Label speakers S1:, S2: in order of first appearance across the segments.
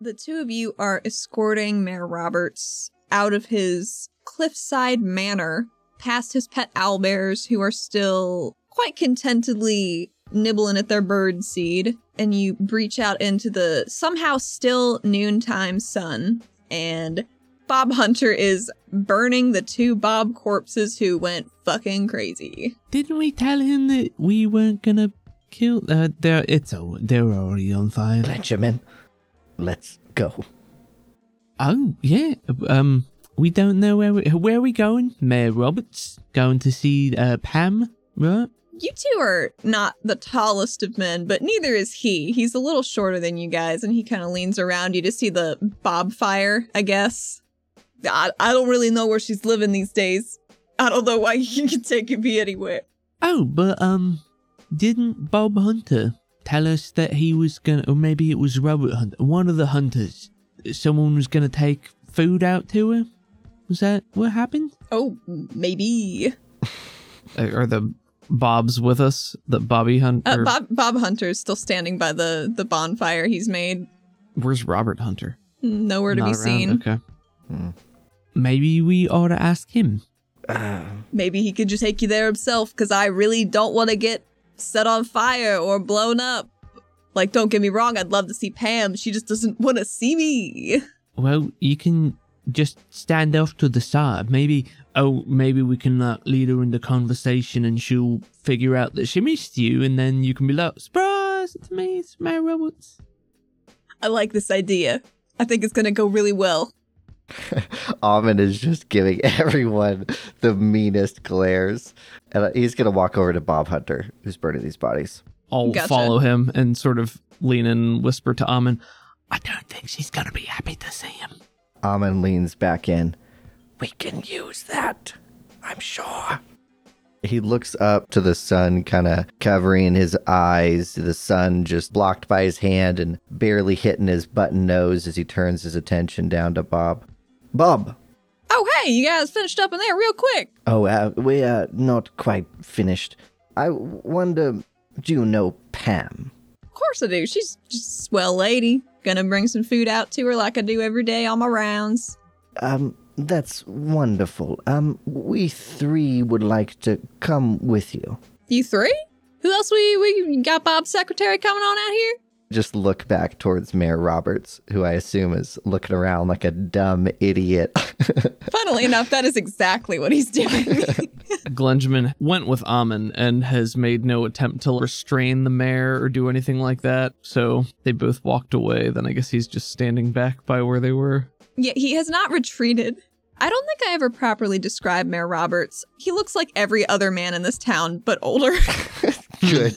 S1: the two of you are escorting Mayor Roberts out of his cliffside manor past his pet owl bears who are still quite contentedly nibbling at their bird seed and you breach out into the somehow still noontime sun and bob hunter is burning the two bob corpses who went fucking crazy
S2: Didn't we tell him that we weren't gonna kill? Uh, they're it's all, they're already on fire.
S3: Benjamin, let's go.
S2: Oh yeah. Um, we don't know where we, where are we going. Mayor Roberts going to see uh Pam, right?
S1: you two are not the tallest of men but neither is he he's a little shorter than you guys and he kind of leans around you to see the bob fire i guess I, I don't really know where she's living these days i don't know why you can take it be anywhere
S2: Oh, but um, didn't Bob Hunter tell us that he was gonna, or maybe it was Robert Hunter, one of the hunters, someone was gonna take food out to her? Was that what happened?
S1: oh maybe
S4: Are are the Bobs with us? The Bobby Hunt?
S1: Uh,
S4: or-
S1: Bob Bob Hunter's still standing by the the bonfire he's made.
S4: Where's Robert Hunter?
S1: Nowhere to
S4: Not
S1: be
S4: around,
S1: seen.
S4: Okay. Hmm.
S2: Maybe we ought to ask him.
S3: Uh,
S1: Maybe he could just take you there himself because I really don't want to get set on fire or blown up. Like, don't get me wrong, I'd love to see Pam. She just doesn't want to see me.
S2: Well, you can just stand off to the side. Maybe, oh, maybe we can like lead her into conversation, and she'll figure out that she missed you, and then you can be like, "Surprise! It's me, it's Mary Roberts."
S1: I like this idea. I think it's gonna go really well.
S3: Almond is just giving everyone the meanest glares, and uh, he's gonna walk over to Bob Hunter, who's burning these bodies.
S4: I'll
S1: Gotcha.
S4: follow him and sort of lean and whisper to Amin.
S2: I don't think she's gonna be happy to see him.
S3: Almond leans back in. We can use that. I'm sure. He looks up to the sun, kind of covering his eyes, the sun just blocked by his hand and barely hitting his button nose as he turns his attention down to Bob. Bob!
S1: Oh hey, you guys finished up in there real quick.
S3: Oh, uh, we are not quite finished. I wonder, do you know Pam?
S1: Of course I do. She's just a swell lady. Gonna bring some food out to her like I do every day on my rounds.
S3: Um, that's wonderful. Um, we three would like to come with you.
S1: You three? Who else we we got Bob's secretary coming on out here?
S3: Just look back towards Mayor Roberts, who I assume is looking around like a dumb idiot.
S1: Funnily enough, that is exactly what he's doing.
S4: Glenjamin went with Amin and has made no attempt to restrain the mayor or do anything like that. So they both walked away. Then I guess he's just standing back by where they were.
S1: yeah, he has not retreated. I don't think I ever properly described Mayor Roberts. He looks like every other man in this town, but older.
S3: Good.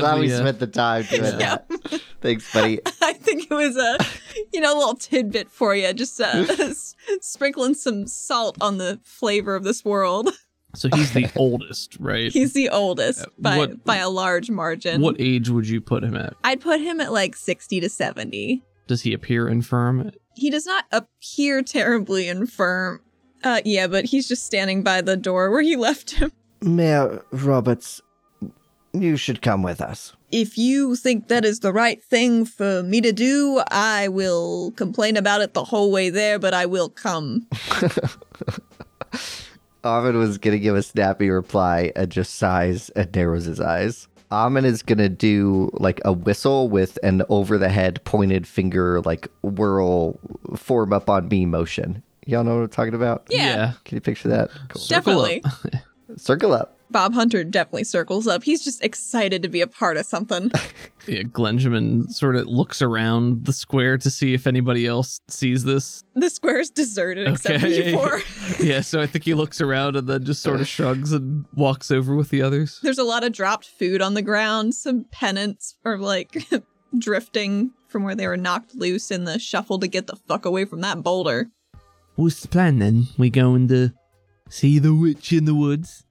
S3: Glad we
S4: we, uh,
S3: spent the time doing
S1: Yeah.
S3: that. Thanks, buddy.
S1: I think it was a, you know, a little tidbit for you, just uh, s- sprinkling some salt on the flavor of this world.
S4: So he's the oldest, right?
S1: He's the oldest by
S4: What-
S1: by a large margin.
S4: What age would you put him at?
S1: I'd put him at like sixty to seventy.
S4: Does he appear infirm?
S1: he does not appear terribly infirm. Uh, yeah, but he's just standing by the door where he left him.
S3: Mayor Roberts, you should come with us.
S1: If you think that is the right thing for me to do, I will complain about it the whole way there, but I will come.
S3: Amin was gonna give a snappy reply and just sighs and narrows his eyes. Amin is gonna do like a whistle with an over the head pointed finger, like whirl form up on me motion. Y'all know what I'm talking about?
S1: Yeah.
S3: Can you picture that? Cool.
S4: Circle
S1: Definitely.
S3: Circle up.
S1: Bob Hunter definitely circles up. He's just excited to be a part of something.
S4: Yeah, Glenjamin sort of looks around the square to see if anybody else sees this.
S1: the square is deserted except for you
S4: Okay.
S1: four.
S4: Yeah, so I think he looks around and then just sort of shrugs and walks over with the others.
S1: There's a lot of dropped food on the ground, some pennants are like drifting from where they were knocked loose in the shuffle to get the fuck away from that boulder.
S2: What's the plan then? We going to see the witch in the woods?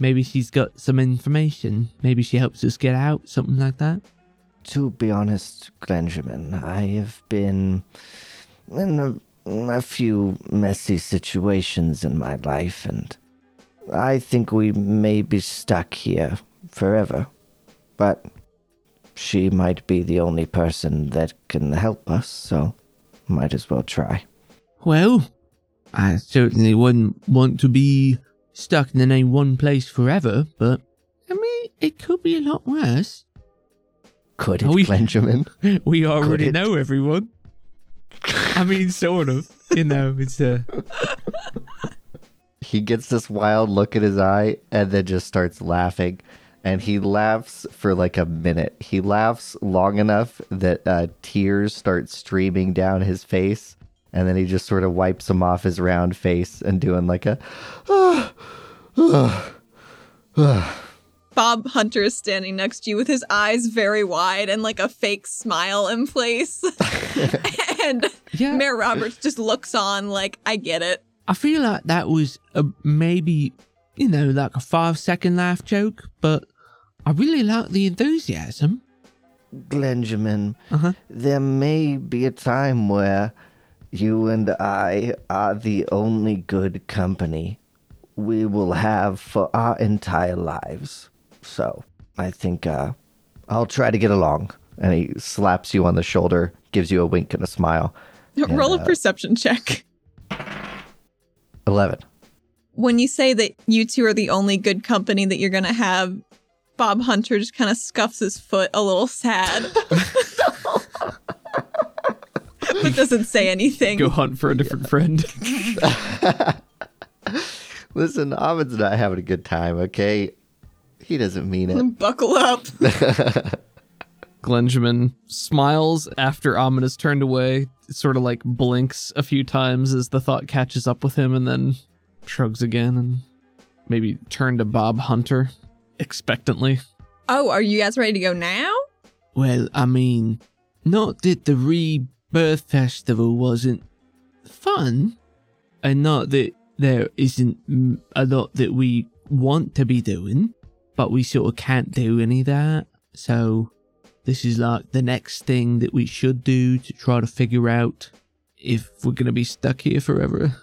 S2: Maybe she's got some information. Maybe she helps us get out, something like that.
S3: To be honest, Benjamin, I have been in a, a few messy situations in my life, and I think we may be stuck here forever. But she might be the only person that can help us, so Might as well try.
S2: Well, I certainly wouldn't want to be stuck in any one place forever, but I mean, it could be a lot worse.
S3: Could
S2: Are
S3: it,
S2: we-
S3: Benjamin?
S2: We already
S3: it?
S2: know everyone. I mean, sort of. You know, it's uh,
S3: he gets this wild look in his eye and then just starts laughing. And he laughs for like a minute. He laughs long enough that uh, tears start streaming down his face. And then he just sort of wipes them off his round face and doing like a.
S1: Bob Hunter is standing next to you with his eyes very wide and like a fake smile in place. and
S2: yeah.
S1: Mayor Roberts just looks on like, I get it.
S2: I feel like that was a maybe, you know, like a five second laugh joke, but I really like the enthusiasm.
S3: Benjamin,
S2: Uh-huh.
S3: there may be a time where you and I are the only good company we will have for our entire lives. So I think uh, I'll try to get along. And he slaps you on the shoulder, gives you a wink and a smile.
S1: Roll a perception check.
S3: 11.
S1: When you say that you two are the only good company that you're going to have, Bob Hunter just kind of scuffs his foot a little sad. but doesn't say anything.
S4: Go hunt for a different friend.
S3: Listen, Ahmed's not having a good time, okay? He doesn't mean it.
S1: Buckle up.
S4: Glenjamin smiles after Amin is turned away, sort of like blinks a few times as the thought catches up with him, and then shrugs again and maybe turn to Bob Hunter expectantly.
S1: Oh, are you guys ready to go now?
S2: Well, I mean, not that the Rebirth Festival wasn't fun, and not that there isn't mm, a lot that we want to be doing, but we sort of can't do any of that. So, this is like the next thing that we should do to try to figure out if we're going to be stuck here forever.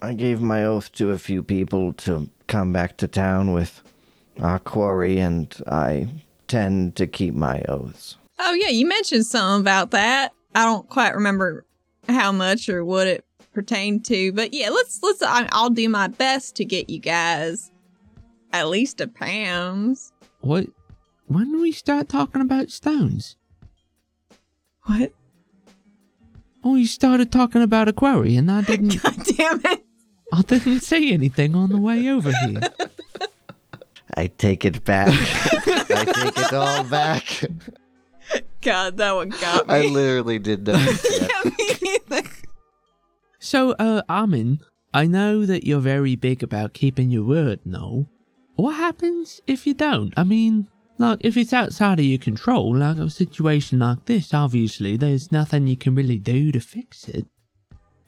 S3: I gave my oath to a few people to come back to town with our quarry, and I tend to keep my oaths.
S1: Oh, yeah, you mentioned something about that. I don't quite remember how much or what it pertained to, but yeah, let's let's. I, I'll do my best to get you guys at least a pounds.
S2: What? When do we start talking about stones?
S1: What?
S2: Oh, you started talking about a quarry, and I didn't.
S1: God damn it!
S2: I didn't say anything on the way over here.
S3: I take it back. I take it all back.
S1: God, that one got
S3: I
S1: me.
S3: literally did not.
S1: Yeah, me either.
S2: So, uh, Armin, I know that you're very big about keeping your word and all. What happens if you don't? I mean, like, if it's outside of your control, like a situation like this, obviously, there's nothing you can really do to fix it.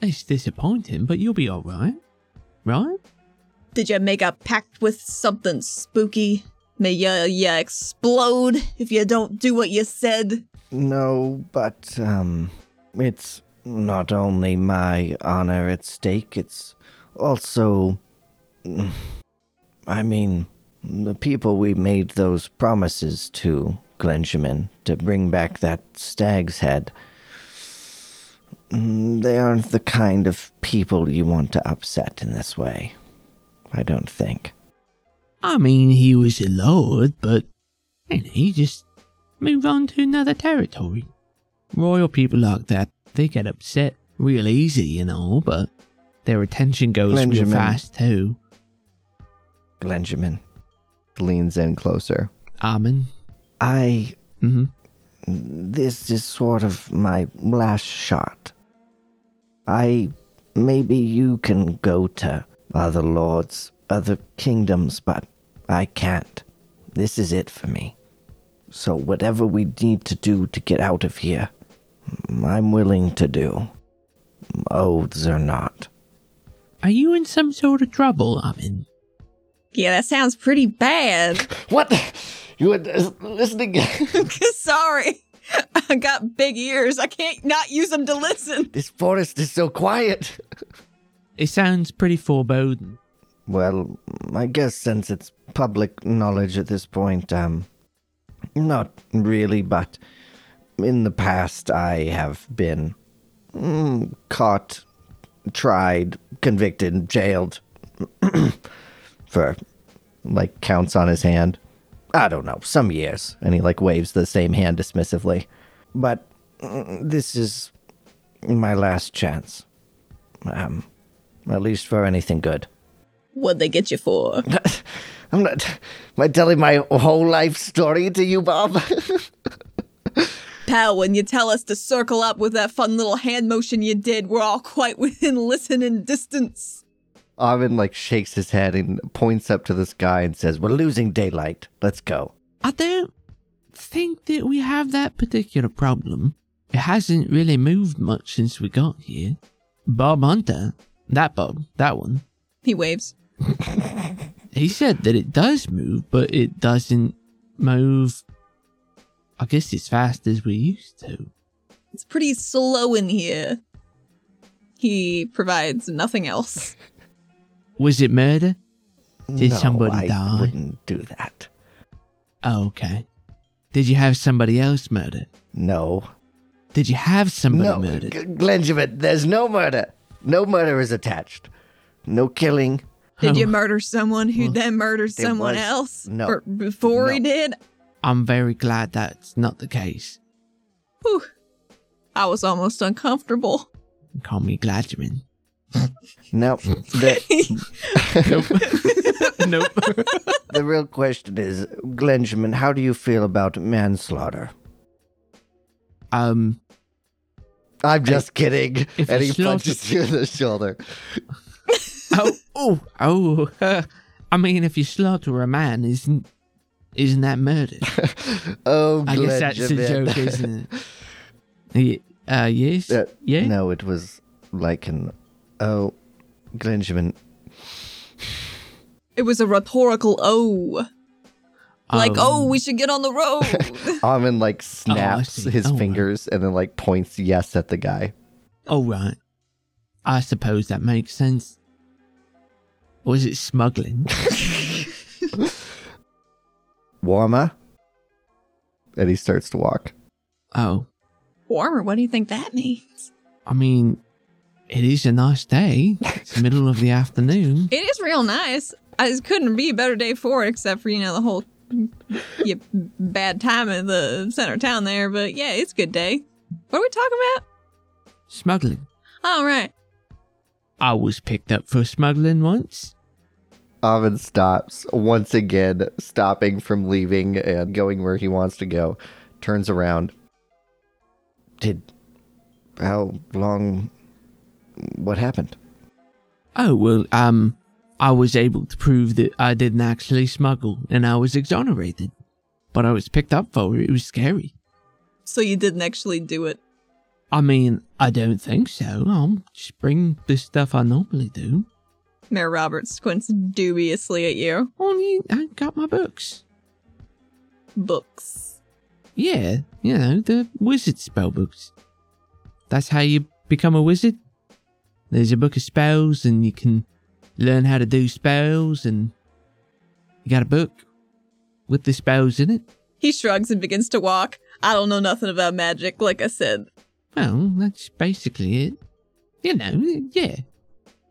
S2: It's disappointing, but you'll be alright. Right?
S1: Did you make a pact with something spooky? May ya ya explode if you don't do what you said.
S3: No, but um, it's not only my honor at stake, it's also. I mean, the people we made those promises to, Glenjamin, to bring back that stag's head. Mm, They aren't the kind of people you want to upset in this way. I don't think.
S2: I mean, he was a lord, but you know, he just moved on to another territory. Royal people like that, they get upset real easy, you know, but their attention goes
S3: Benjamin.
S2: real fast too.
S3: Glenjamin leans in closer.
S2: Armin.
S3: I
S2: Mm-hmm.
S3: this is sort of my last shot. I. Maybe you can go to other lords, other kingdoms, but I can't. This is it for me. So, whatever we need to do to get out of here, I'm willing to do. Oaths or not.
S2: Are you in some sort of trouble, Armin?
S1: Yeah, that sounds pretty bad.
S3: What? You were uh, listening?
S1: Sorry. I got big ears. I can't not use them to listen.
S3: this forest is so quiet.
S2: It sounds pretty foreboding.
S3: Well, I guess since it's public knowledge at this point, um, not really, but in the past I have been mm, caught, tried, convicted, jailed for like counts on his hand. I don't know, some years. And he like waves the same hand dismissively. But mm, this is my last chance. Um, at least for anything good.
S1: What'd they get you for?
S3: I'm not. Am I telling my whole life story to you, Bob?
S1: Pal, when you tell us to circle up with that fun little hand motion you did, we're all quite within listening distance.
S3: Arvin like shakes his head and points up to the sky and says, "We're losing daylight. Let's go."
S2: I don't think that we have that particular problem. It hasn't really moved much since we got here. Bob Hunter, that Bob, that one,
S1: He waves.
S2: he said that it does move, but it doesn't move, I guess, as fast as we used to.
S1: It's pretty slow in here. He provides nothing else.
S2: Was it murder? Did
S3: No,
S2: somebody
S3: I
S2: die?
S3: Wouldn't do that.
S2: Oh, okay. Did you have somebody else murdered?
S3: No.
S2: Did you have somebody
S3: no,
S2: murdered?
S3: G- Glenjamin, there's no murder. No murder is attached. No killing.
S1: Did you
S2: Oh.
S1: murder someone who then murdered
S3: there
S1: someone
S3: was
S1: else?
S3: no-
S1: Or before he
S3: no.
S1: did?
S2: I'm very glad that's not the case.
S1: Whew. I was almost uncomfortable.
S2: Call me Gladman.
S3: No. The,
S4: Nope.
S3: the real question is, Glenjamin, how do you feel about manslaughter?
S2: Um,
S3: I'm just kidding.
S2: if
S3: And
S2: you
S3: he
S2: slaughter-
S3: punches you in the shoulder.
S2: oh, oh, oh. uh, I mean, if you slaughter a man, isn't isn't that murder?
S3: Oh,
S2: I guess
S3: Glenjamin.
S2: that's a joke, isn't it? Y- Uh, yes,
S3: Uh,
S2: yeah.
S3: No, it was like an. Oh, Glenjamin.
S1: It was a rhetorical oh. Like,
S2: Um,
S1: oh, we should get on the road.
S3: Armin like snaps
S2: see.
S3: his
S2: Oh, wow.
S3: fingers and then like points yes at the guy.
S2: All Oh, right. I suppose that makes sense. Or is it smuggling?
S3: Warmer. And he starts to walk.
S2: oh,
S1: Warmer, what do you think that means?
S2: I mean, it is a nice day. It's the middle of the afternoon.
S1: It is real nice. I just couldn't be a better day for it, except for, you know, the whole yeah, bad time in the center of town there. But yeah, it's a good day. What are we talking about?
S2: Smuggling.
S1: All right.
S2: I was picked up for smuggling once.
S3: Armin stops once again, stopping from leaving and going where he wants to go. Turns around. Did how long? What happened?
S2: Oh well, um, I was able to prove that I didn't actually smuggle, and I was exonerated. But I was picked up for it. It was scary.
S1: So you didn't actually do it.
S2: I mean, I don't think so. I'll just bring the stuff I normally do.
S1: Mayor Roberts squints dubiously at you.
S2: I mean, Oh, I got my books.
S1: Books.
S2: Yeah, you know, the wizard spell books. That's how you become a wizard. There's a book of spells, and you can learn how to do spells, and you got a book with the spells in it.
S1: He shrugs and begins to walk. I don't know nothing about magic, like I said.
S2: Well, that's basically it. You know, yeah.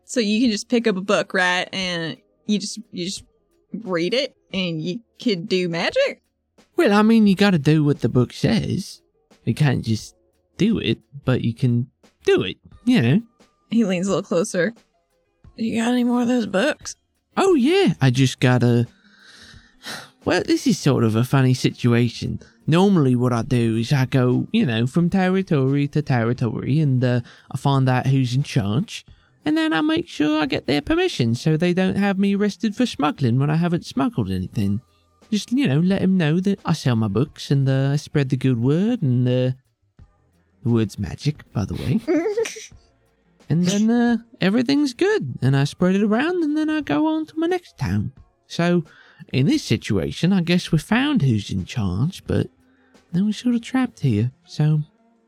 S1: So you can just pick up a book, right? And you just you just read it and you could do magic?
S2: Well, I mean, you gotta do what the book says. You can't just do it, but you can do it, you know.
S1: He leans a little closer. You got any more of those books?
S2: Oh, yeah, I just gotta. Well, this is sort of a funny situation. Normally, what I do is I go, you know, from territory to territory and uh, I find out who's in charge, and then I make sure I get their permission so they don't have me arrested for smuggling when I haven't smuggled anything. Just, you know, let them know that I sell my books and uh, I spread the good word and uh, the word's magic, by the way. And then uh, everything's good, and I spread it around, and then I go on to my next town. So, in this situation, I guess we found who's in charge, but then we're sort of trapped here. So,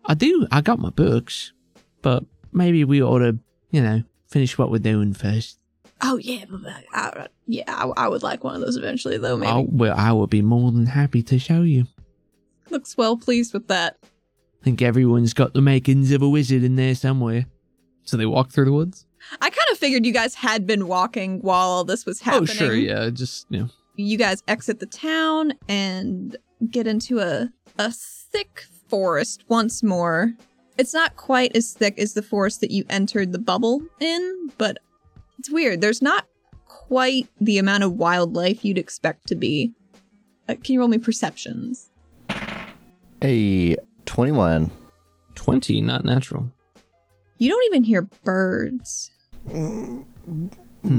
S2: I do, I got my books, but maybe we ought to, you know, finish what we're doing first.
S1: Oh yeah, but but I, yeah, I, I would like one of those eventually, though. Oh, Maybe
S2: Oh, well, I would be more than happy to show you.
S1: looks well pleased with that.
S2: think everyone's got the makings of a wizard in there somewhere.
S4: So they walk through the woods?
S1: I kind of figured you guys had been walking while all this was happening.
S4: Oh, sure, yeah. Just, you know,
S1: You guys exit the town and get into a a thick forest once more. It's not quite as thick as the forest that you entered the bubble in, but it's weird. There's not quite the amount of wildlife you'd expect to be. Uh, can you roll me perceptions?
S3: A 21.
S4: 20, not natural.
S1: You don't even hear birds.
S2: Hmm.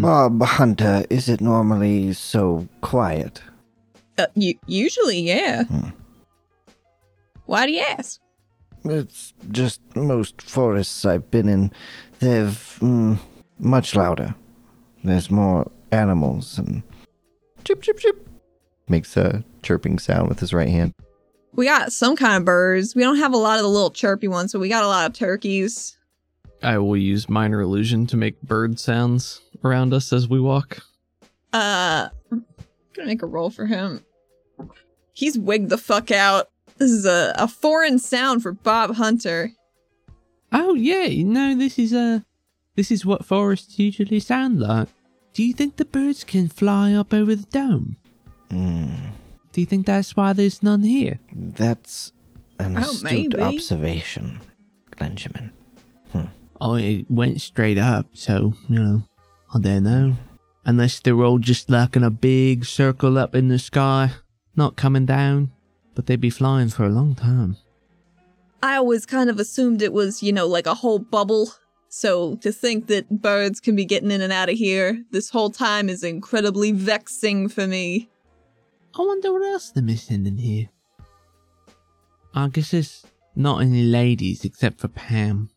S3: Bob Hunter, is it normally so quiet?
S1: Uh, you, usually, yeah. Why do you ask?
S3: It's just most forests I've been in, they've mm, much louder. There's more animals and chip chip chip makes a chirping sound with his right hand.
S1: We got some kind of birds. We don't have a lot of the little chirpy ones, but we got a lot of turkeys.
S4: I will use minor illusion to make bird sounds around us as we walk.
S1: Uh, gonna make a roll for him. He's wigged the fuck out. This is a, a foreign sound for Bob Hunter.
S2: Oh yeah, you know this is uh, this is what forests usually sound like. Do you think the birds can fly up over the dome?
S3: Mm,
S2: Do you think that's why there's none here?
S3: that's an
S1: Oh,
S3: astute
S1: maybe.
S3: observation, Benjamin.
S2: I Oh, went straight up, so you know, I don't know. Unless they're all just like in a big circle up in the sky, not coming down, but they'd be flying for a long time.
S1: I always kind of assumed it was, you know, like a whole bubble. So to think that birds can be getting in and out of here this whole time is incredibly vexing for me.
S2: I wonder what else they're missing in here. I guess there's not any ladies except for Pam.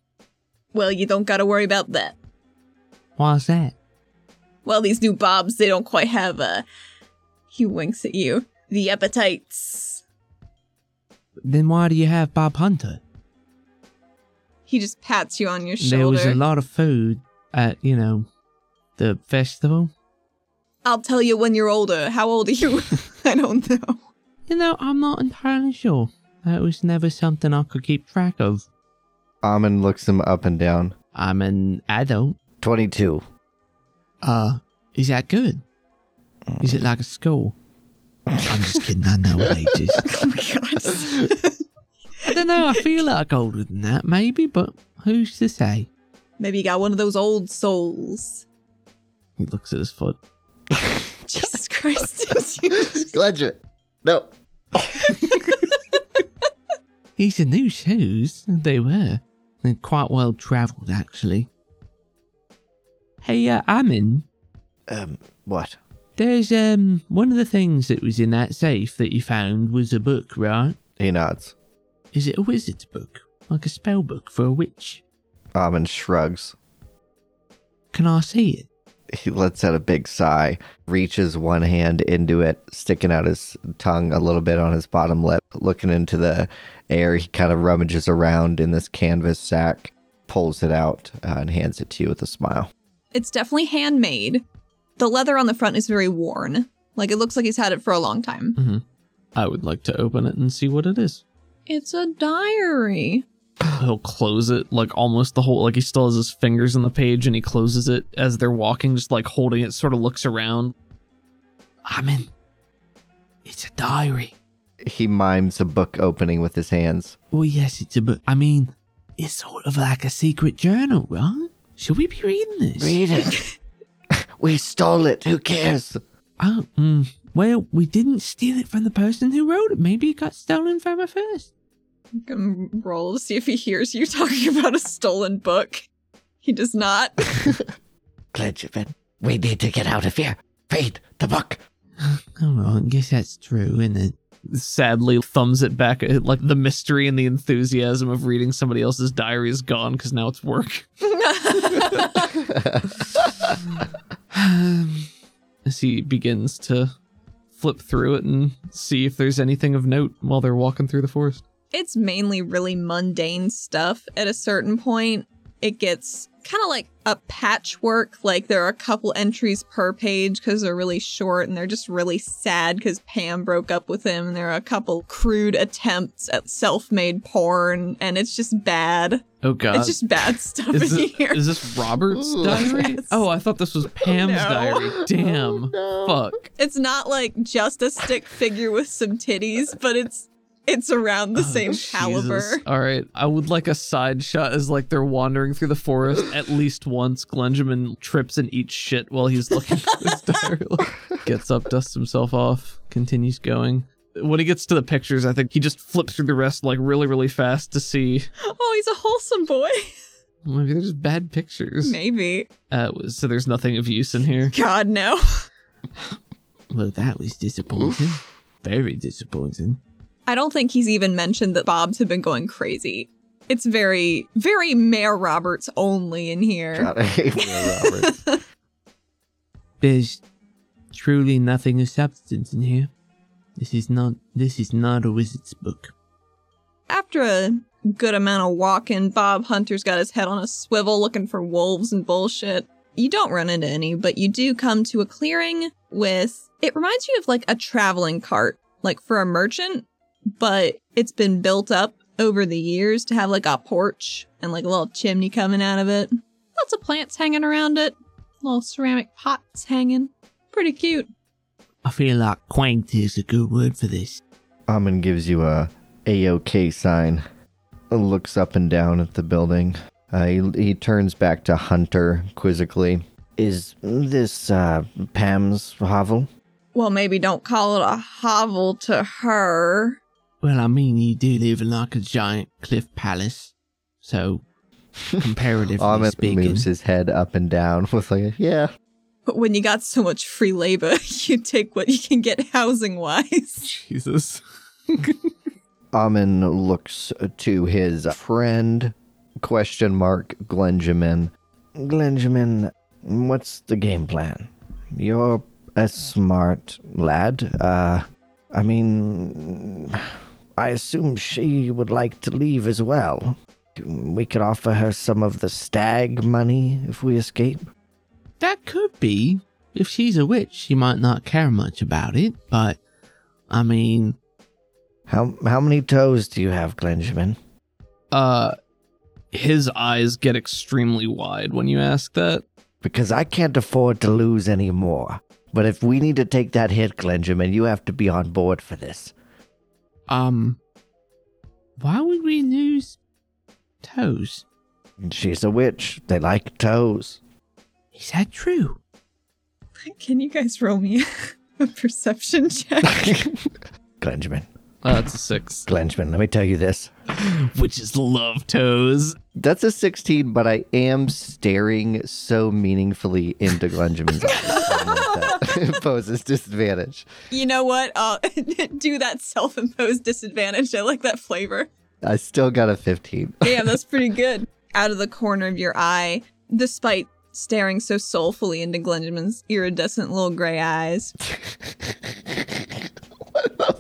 S1: Well, you don't gotta worry about that.
S2: Why's that?
S1: Well, these new bobs, they don't quite have uh He winks at you. The appetites.
S2: Then why do you have Bob Hunter?
S1: He just pats you on your
S2: There was
S1: shoulder.
S2: a lot of food at, you know, the festival.
S1: I'll tell you when you're older. How old are you? I don't know.
S2: You know, I'm not entirely sure. That was never something I could keep track of.
S3: Amon looks him up and down.
S2: I'm an adult.
S3: 22.
S2: Uh, is that good? Is it like a school? I'm just kidding, I know ages.
S1: Oh my god.
S2: I don't know, I feel like older than that, maybe, but who's to say?
S1: Maybe you got one of those old souls.
S4: He looks at his foot.
S1: Jesus Christ. dude.
S3: Legend. No.
S2: These are new shoes. They were. They're quite well travelled, actually. Hey, uh, Amin,
S3: Um, what?
S2: there's um one of the things that was in that safe that you found was a book, right?
S3: He nods.
S2: Is it a wizard's book? Like a spell book for a witch?
S3: Amon shrugs.
S2: Can I see it?
S3: He lets out a big sigh, reaches one hand into it, sticking out his tongue a little bit on his bottom lip, looking into the air. He kind of rummages around in this canvas sack, pulls it out, uh, and hands it to you with a smile.
S1: it's definitely handmade. The leather on the front is very worn. Like it looks like he's had it for a long time.
S4: I would like to open it and see what it is.
S1: It's a diary.
S4: He'll close it like almost the whole like he still has his fingers on the page and he closes it as they're walking, just like holding it, sort of looks around.
S2: Amin, it's a diary.
S3: He mimes a book opening with his hands.
S2: Well, yes, it's a book. I mean, it's sort of like a secret journal, right? Should we be reading this?
S3: it. we stole it. Who cares?
S2: Oh, mm, well, we didn't steal it from the person who wrote it. Maybe it got stolen from her first.
S1: I'm gonna roll to see if he hears you talking about a stolen book. He does not.
S3: Clenchman, we need to get out of here. Read the book.
S2: Oh, well, I guess that's true, isn't it?
S4: Sadly, thumbs it back. at- Like the mystery and the enthusiasm of reading somebody else's diary is gone because now it's work. as he begins to flip through it and see if there's anything of note while they're walking through the forest.
S1: it's mainly really mundane stuff at a certain point it gets kind of like a patchwork. Like there are a couple entries per page because they're really short and they're just really sad because Pam broke up with him. And there are a couple crude attempts at self made porn and it's just bad.
S4: Oh god.
S1: it's just bad stuff
S4: is,
S1: in
S4: this,
S1: here.
S4: is this Robert's
S3: Ooh.
S4: diary?
S1: Yes.
S4: Oh, I thought this was Pam's
S1: no. Oh,
S4: diary. Damn.
S3: no.
S4: Fuck.
S1: It's not like just a stick figure with some titties, but it's it's around the
S4: Oh,
S1: same
S4: Jesus.
S1: caliber.
S4: All right. I would like a side shot as like they're wandering through the forest. At least once, Glenjamin trips and eats shit while he's looking at this diary. Like, gets up, dusts himself off, continues going. When he gets to the pictures, I think he just flips through the rest like really, really fast to see.
S1: Oh, he's a wholesome boy.
S4: Maybe they're just bad pictures.
S1: Maybe.
S4: Uh, so there's nothing of use in here.
S1: God no.
S2: Well, that was disappointing. Very disappointing.
S1: I don't think he's even mentioned that Bob's have been going crazy. It's very, very Mayor Roberts only in here.
S3: God, I hate Will Roberts.
S2: There's truly nothing of substance in here. This is not. This is not a wizard's book.
S1: After a good amount of walking, Bob Hunter's got his head on a swivel looking for wolves and bullshit. You don't run into any, but you do come to a clearing with. It reminds you of like a traveling cart, like for a merchant, but it's been built up over the years to have like a porch and like a little chimney coming out of it. Lots of plants hanging around it, little ceramic pots hanging. Pretty cute.
S2: I feel like quaint is a good word for this.
S3: Amon gives you a AOK sign, looks up and down at the building. Uh, he, he turns back to Hunter quizzically. Is this uh, Pam's hovel?
S1: Well, maybe don't call it a hovel to her.
S2: Well, I mean, you do live in like a giant cliff palace, so comparatively
S3: Amon
S2: speaking,
S3: moves his head up and down with like, a, yeah.
S1: But when you got so much free labor, you take what you can get housing wise.
S4: Jesus.
S3: Amon looks to his friend, question mark, Glenjamin. Glenjamin, what's the game plan? You're a smart lad. Uh, I mean, I assume she would like to leave as well. We could offer her some of the stag money if we escape.
S2: that could be. If she's a witch, she might not care much about it, but I mean,
S3: How how many toes do you have, Glenjamin?
S4: Uh, his eyes get extremely wide when you ask that.
S3: because I can't afford to lose any more. But if we need to take that hit, Glenjamin, you have to be on board for this.
S2: um, why would we lose toes?
S3: She's a witch. They like toes.
S2: Is that true?
S1: Can you guys roll me a perception check?
S3: Glenjamin,
S4: Uh, that's a six.
S3: Glenjamin, let me tell you this.
S4: Witches love toes.
S3: That's a 16, but I am staring so meaningfully into Glenjamin's eyes. that poses disadvantage.
S1: You know what? Uh, do that self imposed disadvantage. I like that flavor.
S3: I still got a 15.
S1: Damn, that's pretty good. Out of the corner of your eye, despite staring so soulfully into Glenjamin's iridescent little gray eyes,
S3: what the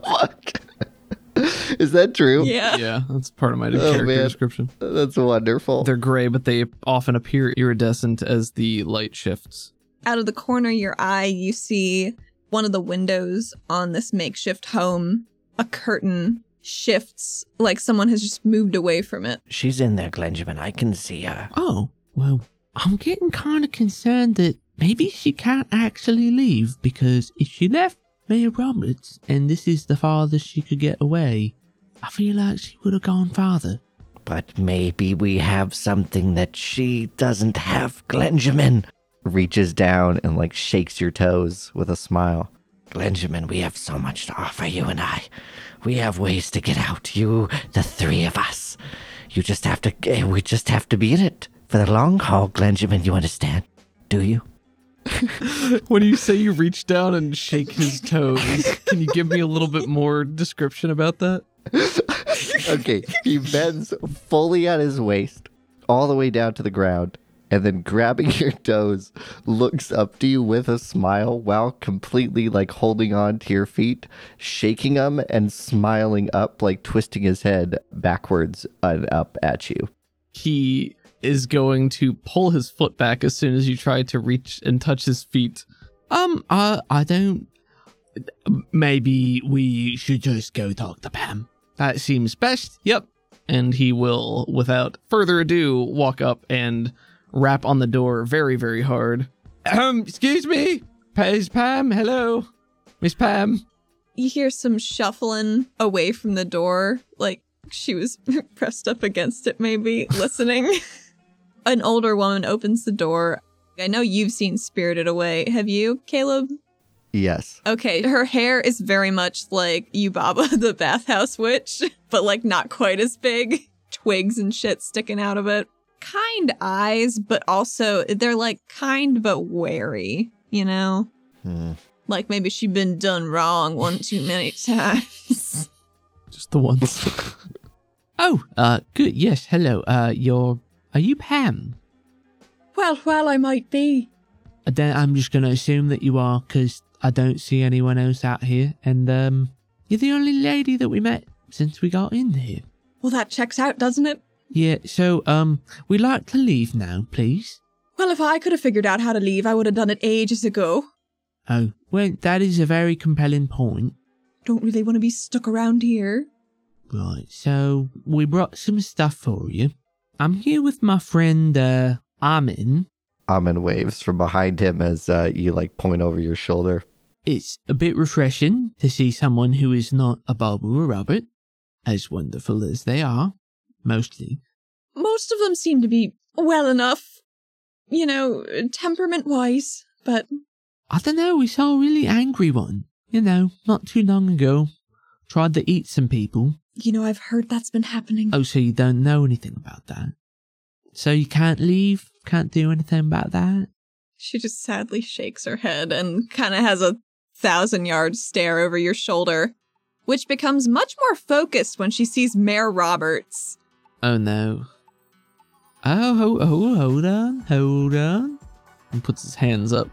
S3: fuck? Is that true?
S1: yeah,
S4: Yeah, that's part of my
S3: Oh,
S4: character
S3: man.
S4: description.
S3: That's wonderful.
S4: They're gray, but they often appear iridescent as the light shifts.
S1: out of the corner of your eye, you see one of the windows on this makeshift home. A curtain shifts like someone has just moved away from it.
S3: She's in there, Glenjamin. I can see her.
S2: Oh, well, I'm getting kind of concerned that maybe she can't actually leave because if she left Mayor Roberts and this is the farthest she could get away, I feel like she would have gone farther.
S3: But maybe we have something that she doesn't have, Glenjamin. Reaches down and like shakes your toes with a smile. Glenjamin, we have so much to offer you and I. We have ways to get out, you, the three of us. You just have to, eh, we just have to be in it for the long haul, Glenjamin. You understand? Do you?
S4: When you say you reach down and shake his toes, can you give me a little bit more description about that?
S3: okay, he bends fully at his waist, all the way down to the ground, and then grabbing your toes, looks up to you with a smile while completely like holding on to your feet, shaking them and smiling up, like twisting his head backwards and up at you.
S4: He is going to pull his foot back as soon as you try to reach and touch his feet. uh,
S2: Um, I, I don't. Maybe we should just go talk to Pam.
S4: That seems best. Yep. And he will, without further ado, walk up and rap on the door very, very hard.
S2: Um, excuse me. Is Pam? Hello, Miss Pam.
S1: You hear some shuffling away from the door, like she was pressed up against it, maybe listening. An older woman opens the door. I know you've seen Spirited Away. Have you, Caleb?
S3: Yes.
S1: Okay, her hair is very much like Yubaba the bathhouse witch, but like not quite as big. Twigs and shit sticking out of it. Kind eyes, but also they're like kind but wary, you know?
S3: Hmm.
S1: Like maybe she'd been done wrong one too many times.
S4: Just the once.
S2: Oh, uh, good. Yes, hello. Uh, you're. Are you Pam?
S1: well, well, I might be.
S2: I don't- I'm just going to assume that you are because I don't see anyone else out here. And, um, you're the only lady that we met since we got in here.
S1: Well, that checks out, doesn't it?
S2: Yeah, so, um, we'd like to leave now, please.
S1: Well, if I could have figured out how to leave, I would have done it ages ago.
S2: Oh, well, that is a very compelling point.
S1: Don't really want to be stuck around here.
S2: Right, so we brought some stuff for you. I'm here with my friend, uh, Armin.
S3: Amin waves from behind him as uh, you like point over your shoulder.
S2: It's a bit refreshing to see someone who is not a Barbara Robert, as wonderful as they are, mostly.
S1: Most of them seem to be well enough, you know, temperament wise, but
S2: I don't know, we saw a really angry one, you know, not too long ago. Tried to eat some people.
S1: you know, I've heard that's been happening.
S2: Oh, so you don't know anything about that? So you can't leave? Can't do anything about that?
S1: She just sadly shakes her head and kind of has a thousand yard stare over your shoulder, which becomes much more focused when she sees Mayor Roberts.
S2: Oh no. Oh, ho, ho, hold on, hold on.
S4: and puts his hands up.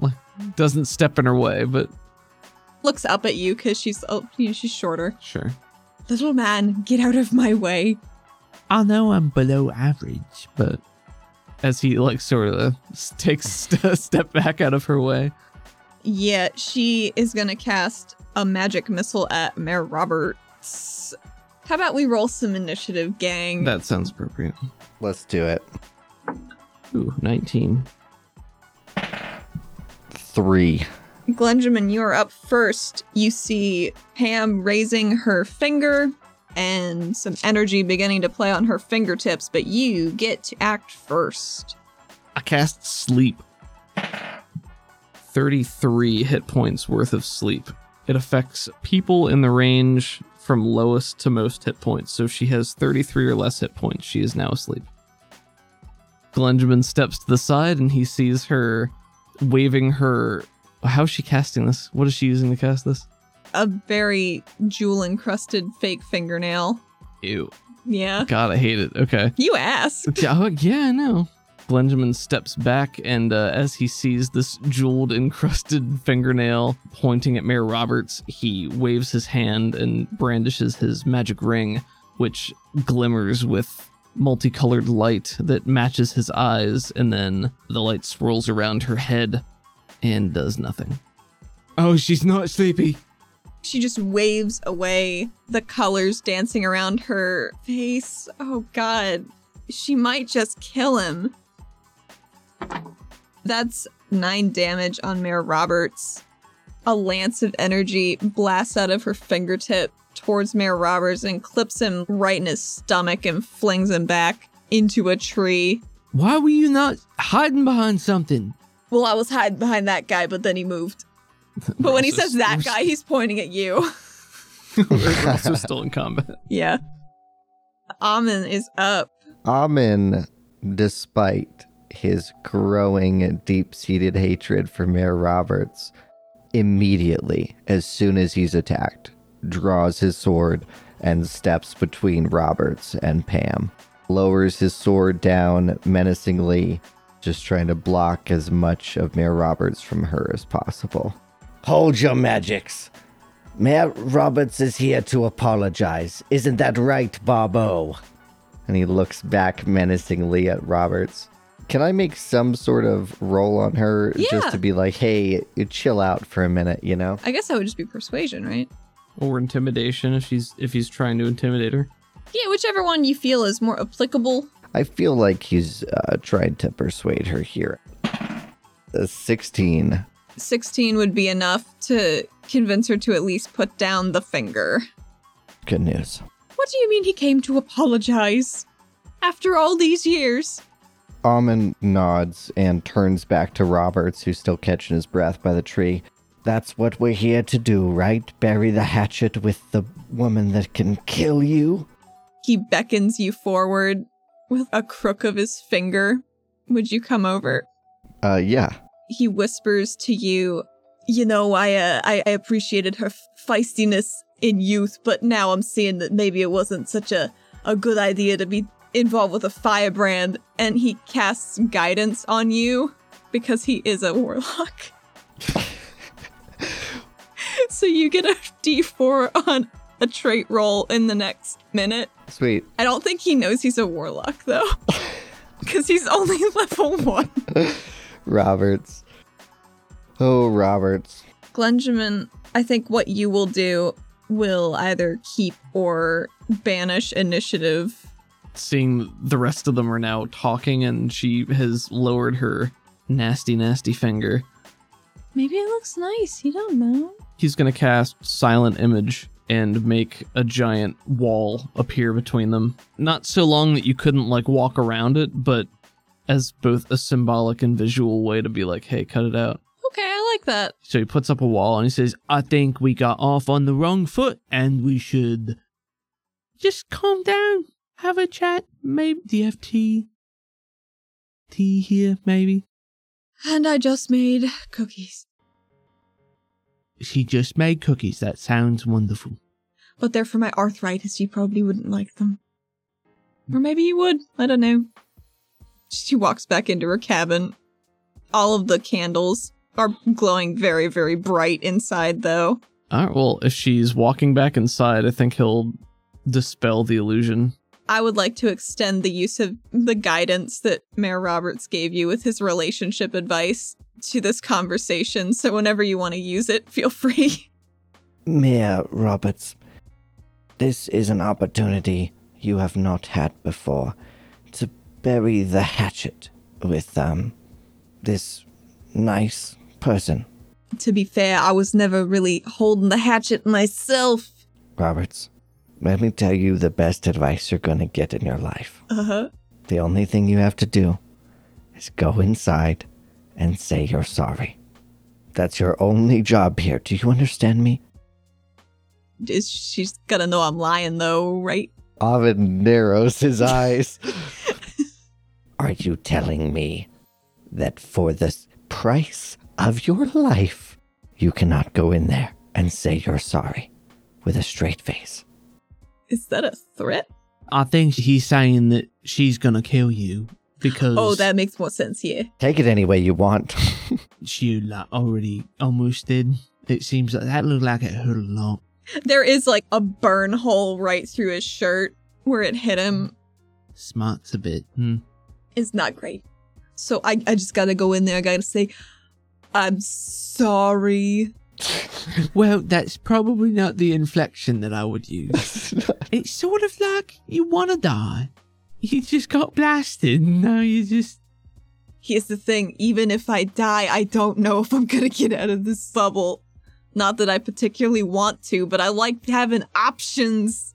S4: Like, doesn't step in her way, but
S1: Looks up at you because she's, oh, you know, she's shorter.
S4: sure.
S1: Little man, get out of my way.
S2: I know I'm below average, but
S4: But as he like sort of takes st- a step back out of her way,
S1: Yeah, she is gonna cast a magic missile at Mayor Roberts. How about we roll some initiative, gang?
S4: that sounds appropriate.
S3: Let's do it.
S4: Ooh, 19.
S3: Three.
S1: Glenjamin, you're up first. You see Pam raising her finger and some energy beginning to play on her fingertips, but you get to act first.
S4: I cast sleep. 33 hit points worth of sleep. It affects people in the range from lowest to most hit points. So if she has 33 or less hit points, she is now asleep. Glenjamin steps to the side and he sees her waving her. How is she casting this? What is she using to cast this?
S1: A very jewel encrusted fake fingernail.
S4: Ew.
S1: Yeah.
S4: God, I hate it. Okay.
S1: You ask.
S4: Yeah, oh, yeah, I know. Benjamin steps back, and uh, as he sees this jeweled, encrusted fingernail pointing at Mayor Roberts, he waves his hand and brandishes his magic ring, which glimmers with multicolored light that matches his eyes, and then the light swirls around her head and does nothing.
S2: Oh, she's not sleepy.
S1: She just waves away the colors dancing around her face. Oh, God. She might just kill him. That's nine damage on Mayor Roberts. A lance of energy blasts out of her fingertip towards Mayor Roberts and clips him right in his stomach and flings him back into a tree.
S2: Why were you not hiding behind something?
S1: Well, I was hiding behind that guy, but then he moved. But when he says that guy, he's pointing at you.
S4: we're also still in combat.
S1: Yeah. Amen is up.
S3: Amin, despite his growing deep seated hatred for Mayor Roberts, immediately, as soon as he's attacked, draws his sword and steps between Roberts and Pam. Lowers his sword down menacingly, just trying to block as much of Mayor Roberts from her as possible. Hold your magics. Mayor Roberts is here to apologize. Isn't that right, Barbo? And he looks back menacingly at Roberts. Can I make some sort of roll on her
S1: Yeah.
S3: just to be like, hey, you chill out for a minute, you know?
S1: I guess that would just be persuasion, right?
S4: Or intimidation if she's if he's trying to intimidate her.
S1: Yeah, whichever one you feel is more applicable.
S3: I feel like he's uh, trying to persuade her here. Uh, A 16.
S1: 16 would be enough to convince her to at least put down the finger.
S3: Good news.
S1: What do you mean he came to apologize? After all these years?
S3: Almond nods and turns back to Roberts, who's still catching his breath by the tree. That's what we're here to do, right? Bury the hatchet with the woman that can kill you?
S1: He beckons you forward with a crook of his finger. Would you come over?
S3: Uh, yeah.
S1: He whispers to you, You know, I, uh, I, I appreciated her feistiness in youth, but now I'm seeing that maybe it wasn't such a, a good idea to be involved with a firebrand. And he casts guidance on you because he is a warlock. so you get a d4 on a trait roll in the next minute.
S3: Sweet.
S1: I don't think he knows he's a warlock though. Because he's only level one.
S3: Roberts. Oh, Roberts.
S1: Glenjamin, I think what you will do will either keep or banish initiative.
S4: Seeing the rest of them are now talking and she has lowered her nasty, nasty finger.
S1: Maybe it looks nice. You don't know.
S4: He's gonna cast silent image and make a giant wall appear between them. Not so long that you couldn't like walk around it, but as both a symbolic and visual way to be like, hey, cut it out.
S1: Okay, I like that.
S4: So he puts up a wall and he says,
S2: I think we got off on the wrong foot and we should just calm down, have a chat, maybe DFT. Tea here, maybe.
S1: And I just made cookies,
S2: She just made cookies. That sounds wonderful.
S1: but they're for my arthritis. You probably wouldn't like them. Or maybe you would. I don't know. She walks back into her cabin. All of the candles are glowing very, very bright inside, though.
S4: All right, well, if she's walking back inside, I think he'll dispel the illusion.
S1: I would like to extend the use of the guidance that Mayor Roberts gave you with his relationship advice to this conversation. So, whenever you want to use it, feel free.
S3: Mayor Roberts, this is an opportunity you have not had before to bury the hatchet with um this nice person.
S1: to be fair, I was never really holding the hatchet myself.
S3: Roberts, let me tell you the best advice you're going to get in your life.
S1: Uh huh.
S3: The only thing you have to do is go inside and say you're sorry. That's your only job here. Do you understand me?
S1: Is she's gonna know I'm lying though, right?
S3: Ovid narrows his eyes. Are you telling me that for the s- price of your life, you cannot go in there and say you're sorry with a straight face?
S1: Is that a threat?
S2: I think he's saying that she's gonna kill you because
S1: Oh, that makes more sense here.
S3: Take it any way you want.
S2: she like already almost did. It seems like that looked like it hurt a lot.
S1: There is like a burn hole right through his shirt where it hit him.
S2: Smarts a bit. Hmm.
S1: is not great. So I, I just gotta go in there. I gotta say, I'm sorry.
S2: Well, that's probably not the inflection that I would use. it's sort of like you want to die. You just got blasted. and Now you just.
S1: Here's the thing even if I die, I don't know if I'm gonna get out of this bubble. Not that I particularly want to, but I like having options.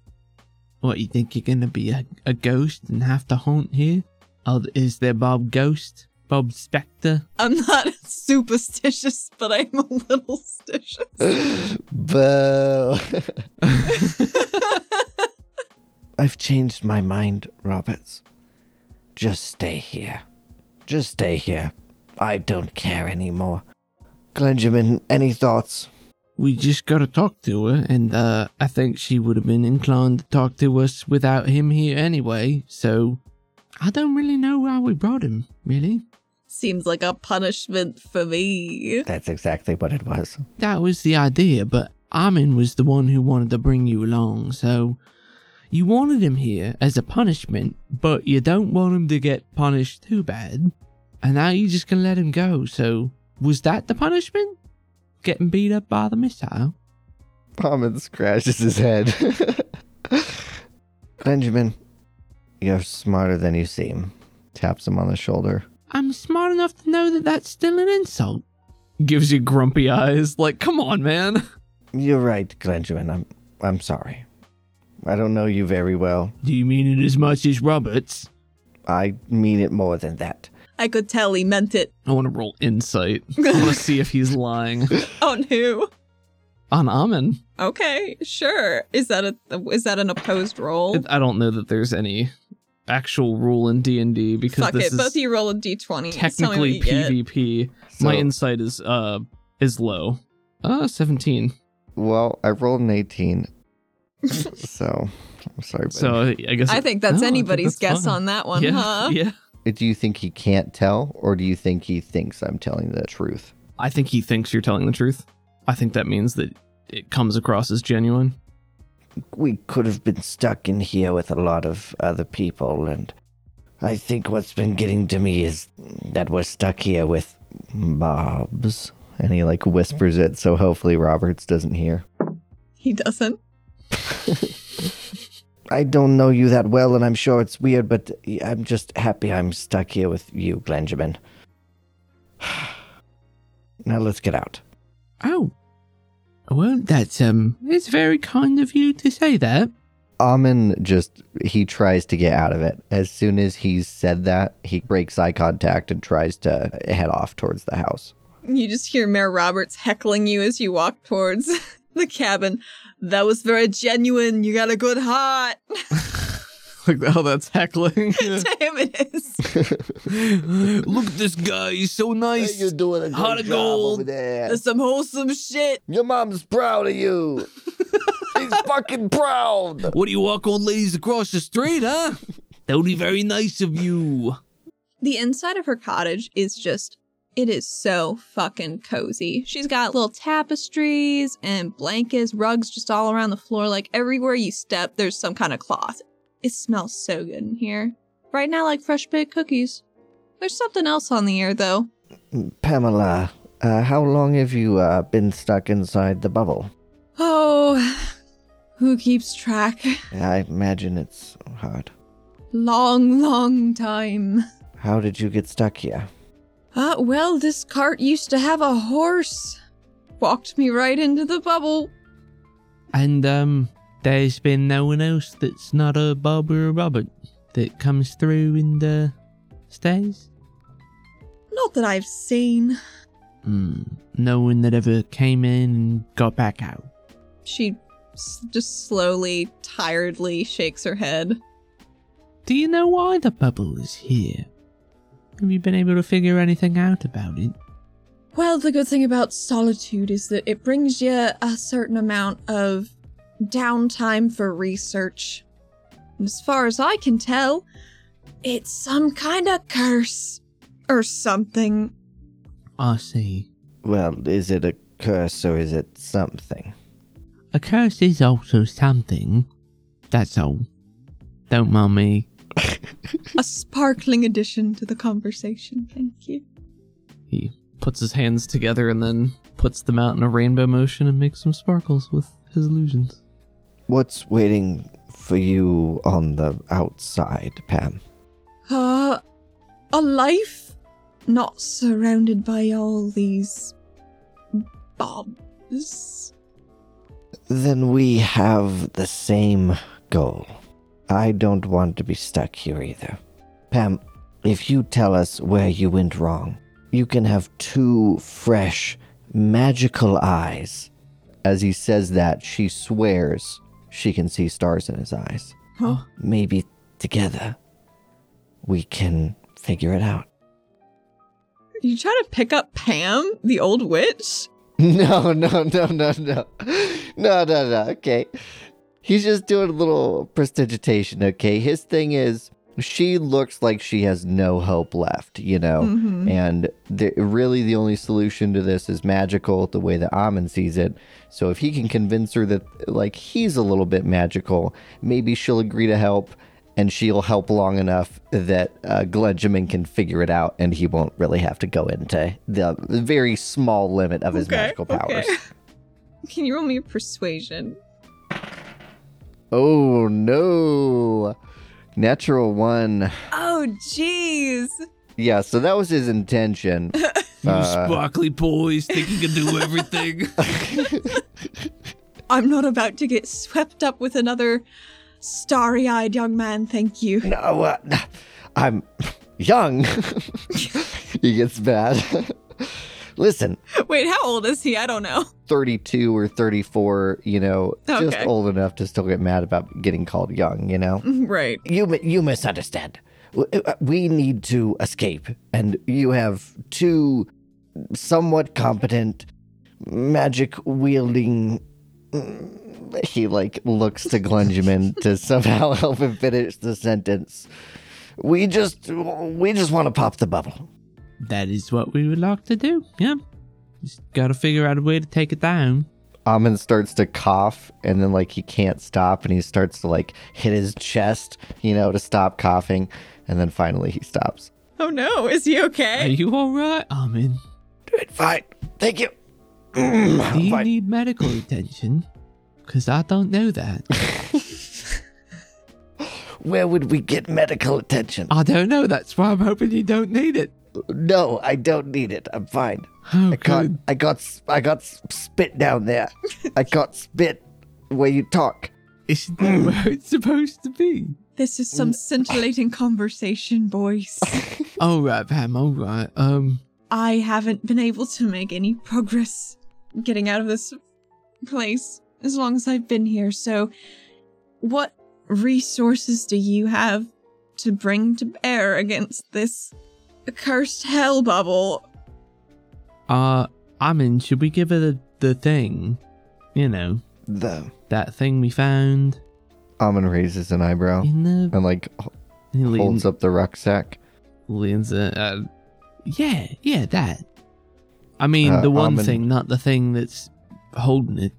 S2: What, you think you're going to be a, a ghost and have to haunt here? Oh, is there Bob Ghost? Bob Spectre?
S1: I'm not superstitious, but I'm a little stitious.
S3: Boo. I've changed my mind, Roberts. Just stay here. Just stay here. I don't care anymore. Glenjamin, any thoughts?
S2: We just got to talk to her, and uh, I think she would have been inclined to talk to us without him here anyway, so I don't really know why we brought him, really.
S1: Seems like a punishment for me.
S3: That's exactly what it was.
S2: That was the idea, but Armin was the one who wanted to bring you along, so You wanted him here as a punishment, but you don't want him to get punished too bad. And now you're just gonna let him go, so was that the punishment? Getting beat up by the missile?
S3: Pommen scratches his head. Benjamin, you're smarter than you seem. Taps him on the shoulder.
S2: I'm smart enough to know that that's still an insult.
S4: Gives you grumpy eyes. Like, come on, man.
S3: You're right, Benjamin. I'm I'm sorry. I don't know you very well.
S2: Do you mean it as much as Roberts?
S3: I mean it more than that.
S1: I could tell he meant it.
S4: I want to roll insight. I want to see if he's lying
S1: On who?
S4: on Amin.
S1: Oh, Okay, sure. Is that a is that an opposed roll?
S4: I don't know that there's any actual rule in D and D because
S1: Fuck
S4: this
S1: it.
S4: is
S1: Both of you roll a d20. Tell me what
S4: technically
S1: you get.
S4: PvP.
S3: So,
S4: My insight is uh is low. Uh, seventeen.
S3: well, I rolled an 18. so, I'm sorry.
S4: So
S3: buddy.
S4: I guess
S1: I think that's
S4: No, I think
S1: anybody's
S4: Oh, that's
S1: guess
S4: fine.
S1: on that one,
S4: yeah,
S1: huh?
S4: yeah.
S3: do you think he can't tell, or do you think he thinks I'm telling the truth?
S4: I think he thinks you're telling the truth. I think that means that it comes across as genuine.
S3: we could have been stuck in here with a lot of other people, and I think what's been getting to me is that we're stuck here with Bob's. And he like whispers it, so hopefully Roberts doesn't hear.
S1: He doesn't.
S3: I don't know you that well, and I'm sure it's weird, but I'm just happy I'm stuck here with you, Benjamin. now let's get out.
S2: Oh. Well, that's, um, it's very kind of you to say that.
S3: Amin just he tries to get out of it. As soon as he's said that, he breaks eye contact and tries to head off towards the house.
S1: You just hear Mayor Roberts heckling you as you walk towards the cabin. That was very genuine. You got a good heart.
S4: Like, oh, that's heckling.
S1: Damn it is.
S2: Look at this guy, he's so nice.
S3: doing a good
S2: Heart of job gold. over
S3: there.
S1: That's some wholesome shit.
S3: Your mom's proud of you. She's fucking proud.
S2: What do you walk old ladies across the street, huh? That would be very nice of you.
S1: The inside of her cottage is just it is so fucking cozy. She's got little tapestries and blankets, rugs just all around the floor. Like everywhere you step, there's some kind of cloth. It smells so good in here. Right now, like fresh baked cookies. There's something else on the air though.
S3: Pamela, uh, how long have you uh, been stuck inside the bubble?
S1: Oh, who keeps track?
S3: I imagine it's hard.
S1: Long, long time.
S3: How did you get stuck here?
S1: Uh, well, this cart used to have a horse. Walked me right into the bubble.
S2: And, um, there's been no one else that's not a Bob or a Robert that comes through and, uh, stays?
S1: Not that I've seen.
S2: Hmm. No one that ever came in and got back out.
S1: She s- just slowly, tiredly shakes her head.
S2: Do you know why the bubble is here? Have you been able to figure anything out about it?
S1: Well, the good thing about solitude is that it brings you a certain amount of downtime for research. And as far as I can tell, it's some kind of curse or something.
S2: I see.
S3: Well, is it a curse or is it something?
S2: A curse is also something. That's all. Don't mind me.
S1: a sparkling addition to the conversation. Thank you.
S4: he puts his hands together and then puts them out in a rainbow motion and makes some sparkles with his illusions.
S3: What's waiting for you on the outside, Pam?
S1: Uh, a life not surrounded by all these bobs.
S3: Then we have the same goal. I don't want to be stuck here either. Pam, if you tell us where you went wrong, you can have two fresh, magical eyes. As he says that, she swears she can see stars in his eyes.
S1: Huh?
S3: Maybe together we can figure it out.
S1: You trying to pick up Pam, the old witch?
S3: No, no, no, no, no. No, no, no. Okay. He's just doing a little prestigitation, okay? His thing is she looks like she has no hope left, you know.
S1: Mhm.
S3: And the, really, the only solution to this is magical, the way that Amon sees it. So if he can convince her that, like, he's a little bit magical, maybe she'll agree to help, and she'll help long enough that uh, Glenjamin can figure it out, and he won't really have to go into the very small limit of his
S1: Okay,
S3: magical powers.
S1: okay. Can you roll me a persuasion?
S3: Oh no, natural one.
S1: Oh, jeez.
S3: Yeah, so that was his intention.
S2: you sparkly boys think you can do everything.
S1: I'm not about to get swept up with another starry eyed young man, thank you.
S3: no, uh, I'm young. he gets mad. Listen,
S1: Wait, how old is he? I don't know.
S3: 32 or 34, you know, just
S1: Okay.
S3: old enough to still get mad about getting called young, you know?
S1: Right.
S3: You, mi- you misunderstand. W- uh, We need to escape, and you have two somewhat competent magic wielding. mm, He like looks to Glenjamin to somehow help him finish the sentence. We just we just want to pop the bubble.
S2: that is what we would like to do. Yeah. Just gotta figure out a way to take it down.
S3: Amon starts to cough and then like he can't stop and he starts to like hit his chest, you know, to stop coughing, and then finally he stops.
S1: Oh no, is he
S2: Are
S1: okay?
S2: you alright, Armin?
S3: Fine. Thank you. Mm,
S2: Do you
S3: Fine.
S2: need medical attention? Because I don't know that.
S3: Where would we get medical attention?
S2: I don't know. That's why I'm hoping you don't need it.
S3: No, I don't need it. I'm fine.
S2: Oh,
S3: I got,
S2: good.
S3: I got, s- I got s- spit down there. I got spit where you talk.
S2: Isn't that where it's supposed to be?
S1: This is some scintillating conversation, boys.
S2: All right, Pam. All right. Um,
S1: I haven't been able to make any progress getting out of this place as long as I've been here. So, what resources do you have to bring to bear against this cursed hell bubble?
S2: uh, I mean, should we give her the, the thing? You know,
S3: The
S2: that thing we found
S3: almond raises an eyebrow
S2: in the.
S3: and like h-
S2: He leans,
S3: holds up the rucksack.
S2: leans it. Uh, yeah, yeah, that. I mean,
S3: Uh,
S2: the one
S3: Armin-
S2: thing, not the thing that's holding it.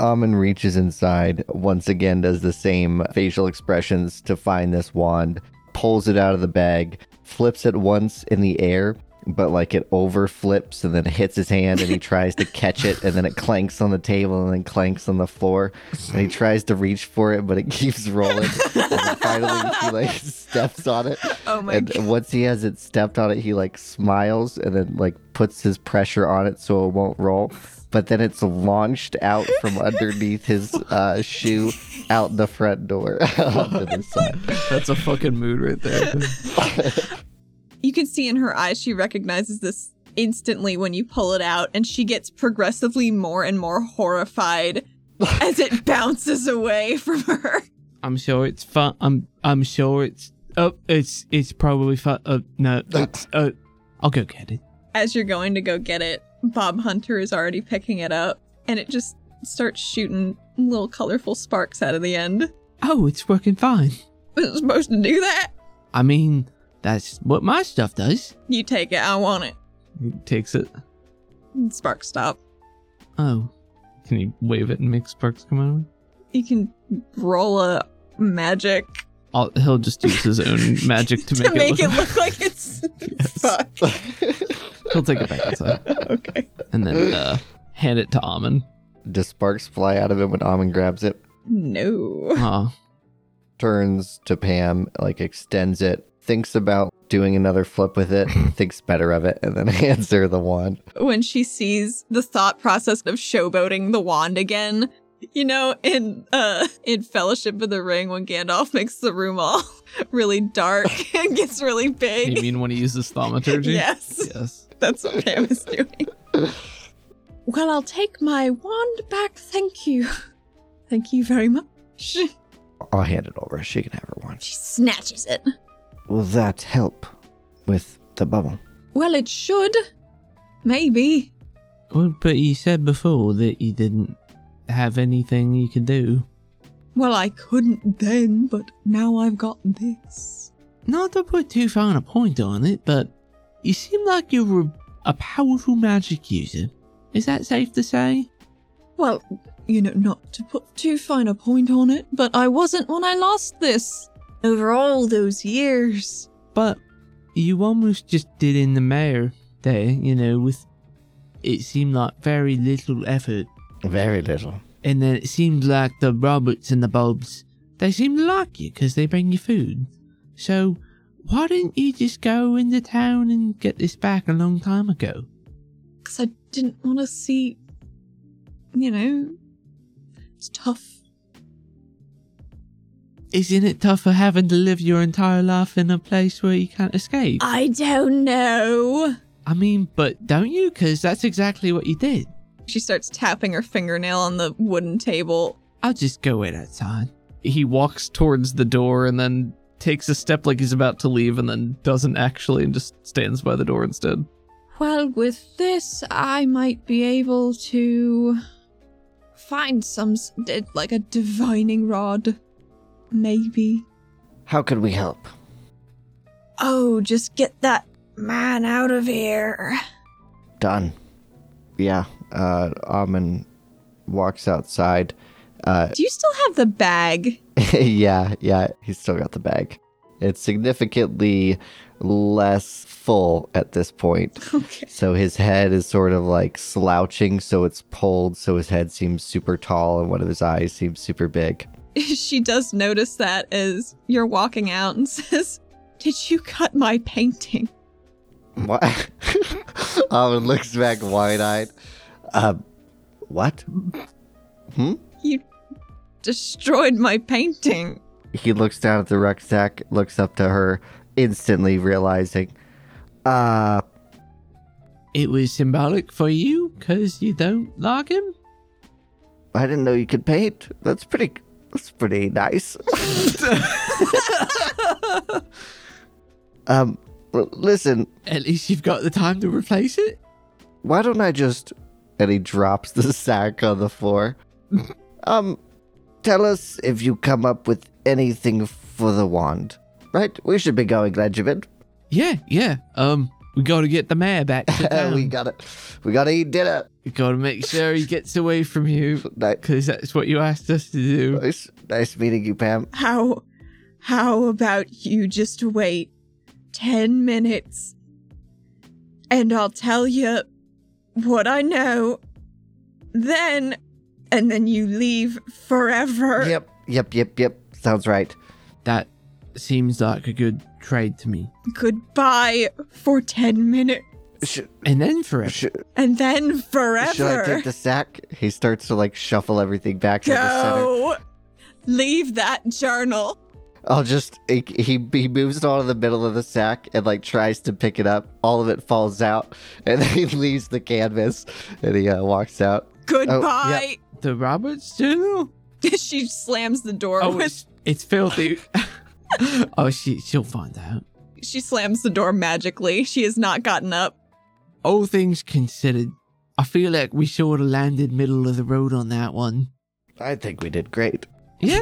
S3: Amon reaches inside, once again does the same facial expressions to find this wand, pulls it out of the bag, flips it once in the air, but like it overflips and then hits his hand and he tries to catch it and then it clanks on the table and then clanks on the floor and he tries to reach for it but it keeps rolling and then finally he like steps on it
S1: Oh my
S3: and once he has it stepped on it, he like smiles and then like puts his pressure on it so it won't roll. But then it's launched out from underneath his uh, shoe out the front door onto the side.
S4: That's a fucking mood right there.
S1: You can see in her eyes she recognizes this instantly when you pull it out, and she gets progressively more and more horrified as it bounces away from her.
S2: I'm sure it's fun. I'm I'm sure it's. Oh, it's it's probably fun. Uh, no, it's, uh, I'll go get it.
S1: as you're going to go get it, Bob Hunter is already picking it up and it just starts shooting little colorful sparks out of the end.
S2: Oh, it's working fine.
S1: Was it supposed to do that?
S2: I mean, that's what my stuff does.
S1: You take it, I want it.
S4: He takes it.
S1: And Sparks stop.
S2: Oh,
S4: Can you wave it and make sparks come out of it?
S1: You can roll a magic
S4: I'll, he'll just use his own magic to
S1: to
S4: make, it, look.
S1: like it's fuck.
S4: He'll take it back outside
S1: Okay.
S4: and then uh, hand it to Amon.
S3: Does sparks fly out of it when Amon grabs it?
S1: No.
S4: Oh,
S3: Turns to Pam, like extends it, thinks about doing another flip with it, thinks better of it, and then hands her the wand.
S1: When she sees the thought process of showboating the wand again, you know, in uh in Fellowship of the Ring when Gandalf makes the room all really dark and gets really big.
S4: you mean when he uses thaumaturgy?
S1: Yes,
S4: Yes.
S1: that's what Pam is doing. well, I'll take my wand back, thank you. Thank you very much. She
S3: I'll hand it over. She can have her wand.
S1: snatches it.
S3: Will that help with the bubble?
S1: Well, it should. Maybe.
S2: well, but you said before that you didn't have anything you could do.
S1: Well, I couldn't then, but now I've got this.
S2: Not to put too fine a point on it, but you seem like you're a, a powerful magic user. Is that safe to say?
S1: Well, you know, not to put too fine a point on it, but I wasn't when I lost this. Over all those years.
S2: But you almost just did in the mayor there, you know, with it seemed like very little effort.
S3: Very little.
S2: And then it seemed like the Roberts and the Bobs, they seem to like you because they bring you food. So why didn't you just go into town and get this back a long time ago?
S1: Because I didn't want to see. You know. It's tough.
S2: Isn't it tough for having to live your entire life in a place where you can't escape?
S1: I don't know.
S2: I mean, but don't you? Because that's exactly what you did.
S1: She starts tapping her fingernail on the wooden table.
S2: I'll just go in outside.
S4: He walks towards the door and then takes a step like he's about to leave and then doesn't actually and just stands by the door instead.
S1: Well, with this, I might be able to find some, s- d- like a divining rod. Maybe.
S3: How could we help?
S1: Oh, just get that man out of here.
S3: Done. Yeah. Uh, Amon walks outside. Uh,
S1: Do you still have the bag?
S3: yeah, yeah. He's still got the bag. It's significantly less full at this point.
S1: Okay.
S3: So his head is sort of like slouching, so it's pulled, so his head seems super tall, and one of his eyes seems super big.
S1: she does notice that as you're walking out and says, Did you cut my painting?
S3: What? Alvin looks back wide eyed. Uh, what?
S1: Destroyed my painting.
S3: He looks down at the rucksack, looks up to her, instantly realizing, uh,
S2: It was symbolic for you because you don't like him?
S3: I didn't know you could paint. That's pretty. That's pretty nice. um, l- listen.
S2: At least you've got the time to replace it?
S3: Why don't I just? And he drops the sack on the floor. um, tell us if you come up with anything for the wand. Right, we should be going, Regiment.
S2: Yeah, yeah. Um, we gotta get the mayor back to town.
S3: we
S2: we,
S3: got it. We gotta eat dinner.
S2: gotta make sure he gets away from you
S3: Ni-
S2: because that's what you asked us to do.
S3: Nice, nice meeting you, Pam.
S1: How how about you just wait 10 minutes and I'll tell you what I know. Then and then you leave forever.
S3: Yep, yep, yep, yep. Sounds right.
S2: That seems like a good trade to me.
S1: Goodbye for 10 minutes
S3: Should,
S2: And then forever.
S3: should,
S1: and then
S3: should I
S1: forever.
S3: take the sack? He starts to like shuffle everything back to the center.
S1: Go. Leave that journal.
S3: I'll just he he he moves it all to the middle of the sack and like tries to pick it up. All of it falls out, and then he leaves the canvas and he uh, walks out.
S1: Goodbye.
S2: the Roberts journal?
S1: she slams the door
S2: Oh,
S1: with
S2: it's, it's filthy. oh, she, she'll find out.
S1: she slams the door magically. She has not gotten up.
S2: All things considered, I feel like we sort of landed middle of the road on that one.
S3: I think we did great.
S2: Yeah.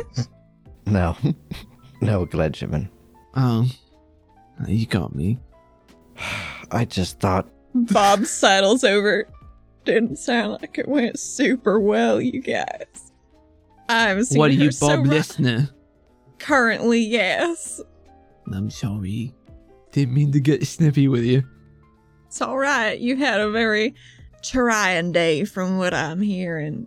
S3: No, no, Gledgeman.
S2: Um, you got me.
S3: I just thought
S1: Bob sidles over. Didn't sound like it went super well, you guys. I'm seeing
S2: what are
S1: her
S2: you,
S1: so
S2: Bob
S1: ru-
S2: Listener?
S1: Currently, yes.
S2: I'm sorry. Didn't mean to get snippy with you.
S1: It's all right. You had a very trying day, from what I'm hearing,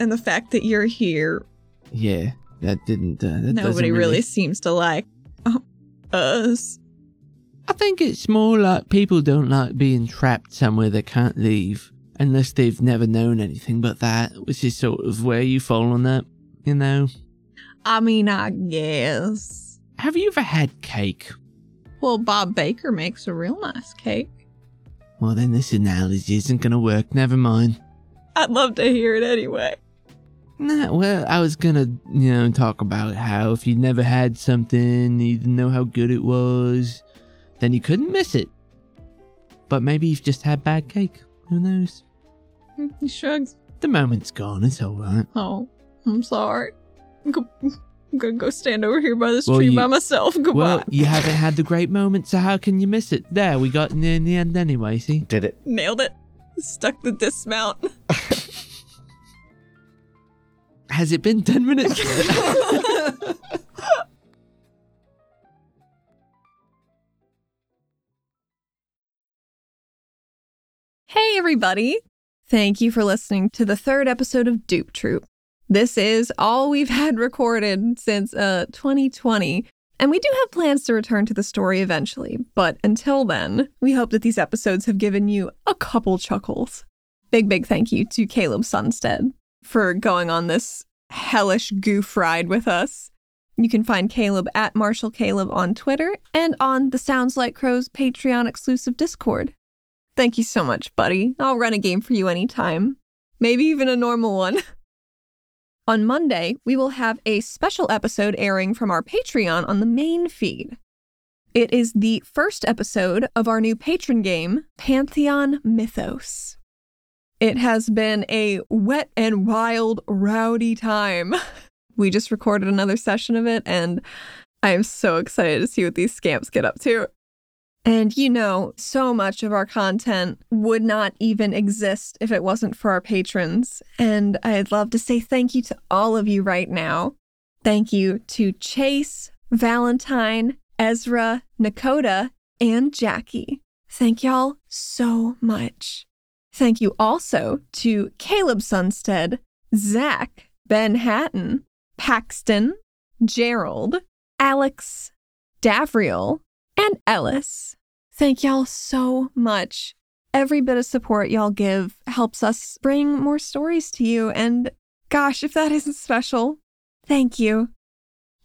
S1: and the fact that you're here,
S2: Yeah, that didn't. Uh, that doesn't
S1: nobody really... seems to like uh, us.
S2: I think it's more like people don't like being trapped somewhere they can't leave unless they've never known anything but that, which is sort of where you fall on that. You know.
S1: I mean, I guess.
S2: Have you ever had cake?
S1: Well, Bob Baker makes a real nice cake.
S2: Well, then this analogy isn't gonna work. Never mind.
S1: I'd love to hear it anyway.
S2: Nah, well, I was gonna, you know, talk about how if you'd never had something, you didn't know how good it was, then you couldn't miss it. But maybe you've just had bad cake. Who knows?
S1: He shrugs.
S2: The moment's gone, it's alright.
S1: Oh, I'm sorry. G- I'm gonna go stand over here by this
S2: Well,
S1: tree
S2: you-
S1: by myself. Goodbye.
S2: Well, you haven't had the great moment, so how can you miss it? There, we got near the end anyway, see?
S3: Did it?
S1: Nailed it. Stuck the dismount.
S2: Has it been 10 minutes?
S1: Hey, everybody. Thank you for listening to the third episode of Dupe Troop. This is all we've had recorded since uh, 2020, and we do have plans to return to the story eventually, but until then, we hope that these episodes have given you a couple chuckles. Big, big thank you to Caleb Sunstead for going on this hellish goof ride with us. You can find Caleb at Marshall Caleb on Twitter and on the Sounds Like Crows Patreon exclusive Discord. Thank you so much, buddy. I'll run a game for you anytime. Maybe even a normal one. on Monday, we will have a special episode airing from our Patreon on the main feed. It is the first episode of our new patron game, Pantheon Mythos. It has been a wet and wild, rowdy time. We just recorded another session of it, and I am so excited to see what these scamps get up to. And you know, so much of our content would not even exist if it wasn't for our patrons. And I'd love to say thank you to all of you right now. Thank you to Chase, Valentine, Ezra, Nakota, and Jackie. Thank y'all so much. Thank you also to Caleb Sunstead, Zach, Ben Hatton, Paxton, Gerald, Alex, Davriel, and Ellis. Thank y'all so much. Every bit of support y'all give helps us bring more stories to you, and gosh, if that isn't special, thank you.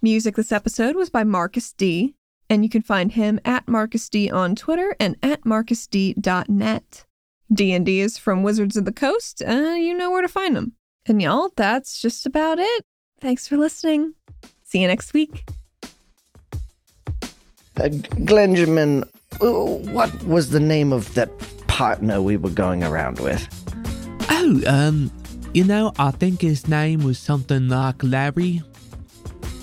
S1: Music this episode was by Marcus D, and you can find him at Marcus D on Twitter and at marcusd.net. D&D is from Wizards of the Coast, and you know where to find them. And y'all, that's just about it. Thanks for listening. See you next week.
S3: Uh, Glenjamin, uh, what was the name of that partner we were going around with?
S2: Oh, um, you know, I think his name was something like Larry.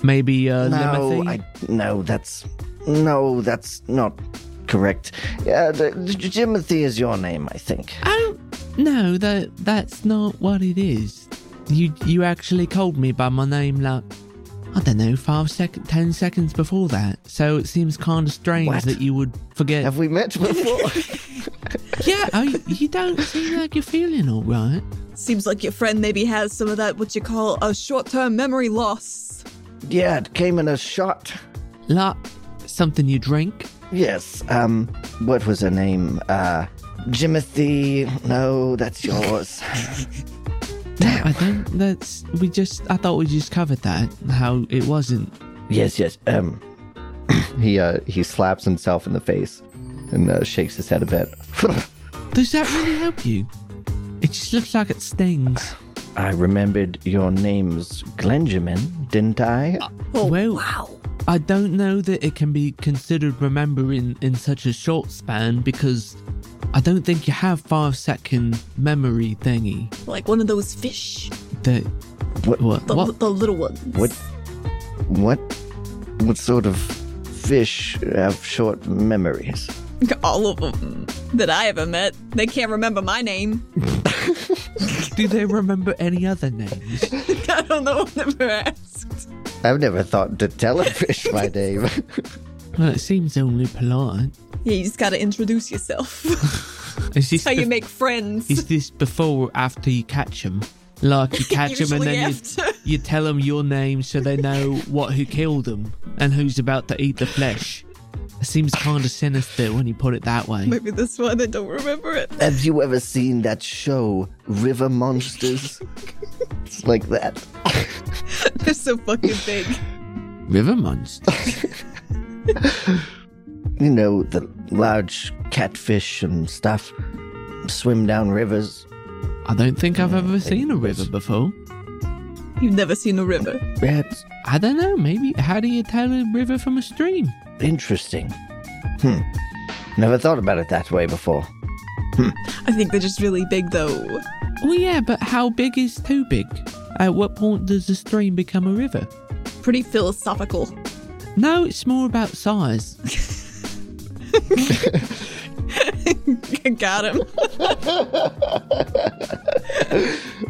S2: Maybe, uh,
S3: no,
S2: Limothy?
S3: I, no, that's no, that's not correct. Yeah, the, J- Jimothy is your name, I think.
S2: Oh, no, that, that's not what it is. You, you actually called me by my name, like, I don't know, five sec- ten seconds before that. So it seems kind of strange
S3: What?
S2: that you would forget.
S3: Have we met before?
S2: yeah, oh, you- you don't seem like you're feeling all right.
S1: Seems like your friend maybe has some of that what you call a short-term memory loss.
S3: yeah, it came in a shot.
S2: Like something you drink.
S3: Yes. Um, what was her name? Uh, Jimothy. No, that's yours.
S2: No, I don't. That's we just. I thought we just covered that. How it wasn't.
S3: yes, yes. Um, he uh he slaps himself in the face and uh, shakes his head a bit.
S2: Does that really help you? It just looks like it stings.
S3: I remembered your name's Glenjamin, didn't I?
S1: Oh,
S2: well, I don't know that it can be considered remembering in such a short span because I don't think you have five second memory thingy.
S5: like one of those fish,
S2: That
S3: What-
S2: what
S5: the,
S2: what
S5: the little ones.
S3: What? What? What sort of fish have short memories?
S1: All of them that I ever met, they can't remember my name.
S2: do they remember any other names?
S1: I don't know. I've never asked.
S3: I've never thought to tell a fish my name.
S2: Well, it seems only polite.
S1: Yeah, you just gotta introduce yourself.
S2: Is this
S1: How you
S2: bef-
S1: make friends.
S2: Is this before or after you catch them? Like you catch them and
S1: Usually
S2: then you,
S1: after.
S2: you tell them your name so they know what who killed them and who's about to eat the flesh. It seems kind of sinister when you put it that way.
S1: Maybe that's why they don't remember it.
S3: have you ever seen that show, River Monsters? it's like that.
S1: They're so fucking big.
S2: River monster.
S3: You know, the large catfish and stuff swim down rivers.
S2: I don't think I've ever seen a river before.
S1: You've never seen a river.
S3: That's
S2: I don't know. Maybe how do you tell a river from a stream?
S3: interesting. Hmm. Never thought about it that way before.
S1: I think they're just really big though.
S2: Well, yeah, but how big is too big? At what point does a stream become a river?
S1: pretty philosophical.
S2: No, it's more about size.
S1: Got him.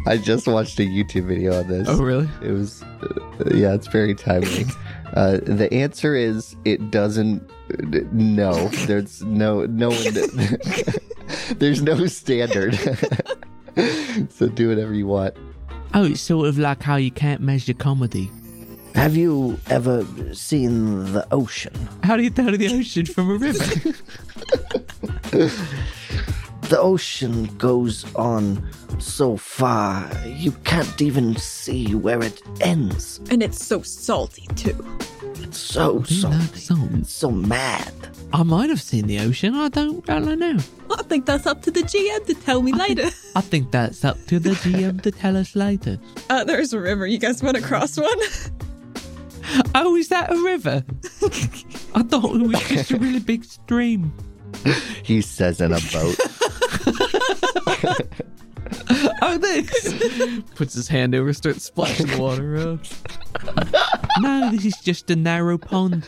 S3: I just watched a YouTube video on this.
S4: Oh, really?
S3: It was, uh, yeah, it's very timely. Uh, the answer is it doesn't. uh, No, there's no no one. there's no standard. so do whatever you want.
S2: Oh, it's sort of like how you can't measure comedy.
S3: Have you ever seen the ocean?
S2: How do you tell the ocean from a river?
S3: The ocean goes on so far you can't even see where it ends.
S1: And it's so salty, too.
S3: It's so
S2: Like songs.
S3: so mad.
S2: I might have seen the ocean. I don't. I don't know.
S1: I think that's up to the GM to tell me later.
S2: I think that's up to the GM to tell us later.
S1: Uh, there's a river. You guys want to cross one?
S2: Oh, is that a river? I thought it was just a really big stream.
S3: He says in a boat.
S2: Oh, this.
S4: Puts his hand over, starts splashing the water around.
S2: No, this is just a narrow pond.